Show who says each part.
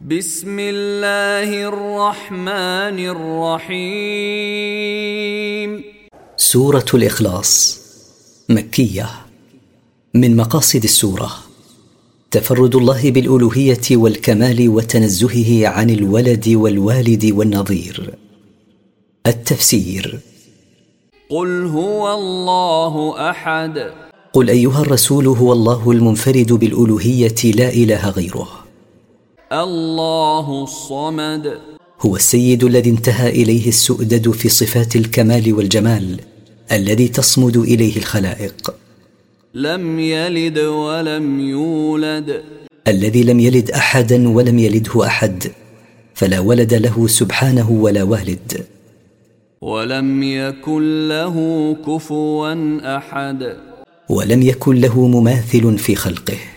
Speaker 1: بسم الله الرحمن الرحيم
Speaker 2: سورة الإخلاص مكية من مقاصد السورة تفرد الله بالألوهية والكمال وتنزهه عن الولد والوالد والنظير التفسير
Speaker 1: قل هو الله احد
Speaker 2: قل أيها الرسول هو الله المنفرد بالألوهية لا إله غيره
Speaker 1: الله الصمد
Speaker 2: هو السيد الذي انتهى اليه السؤدد في صفات الكمال والجمال الذي تصمد اليه الخلائق
Speaker 1: لم يلد ولم يولد
Speaker 2: الذي لم يلد احدا ولم يلده احد فلا ولد له سبحانه ولا والد
Speaker 1: ولم يكن له كفوا احد
Speaker 2: ولم يكن له مماثل في خلقه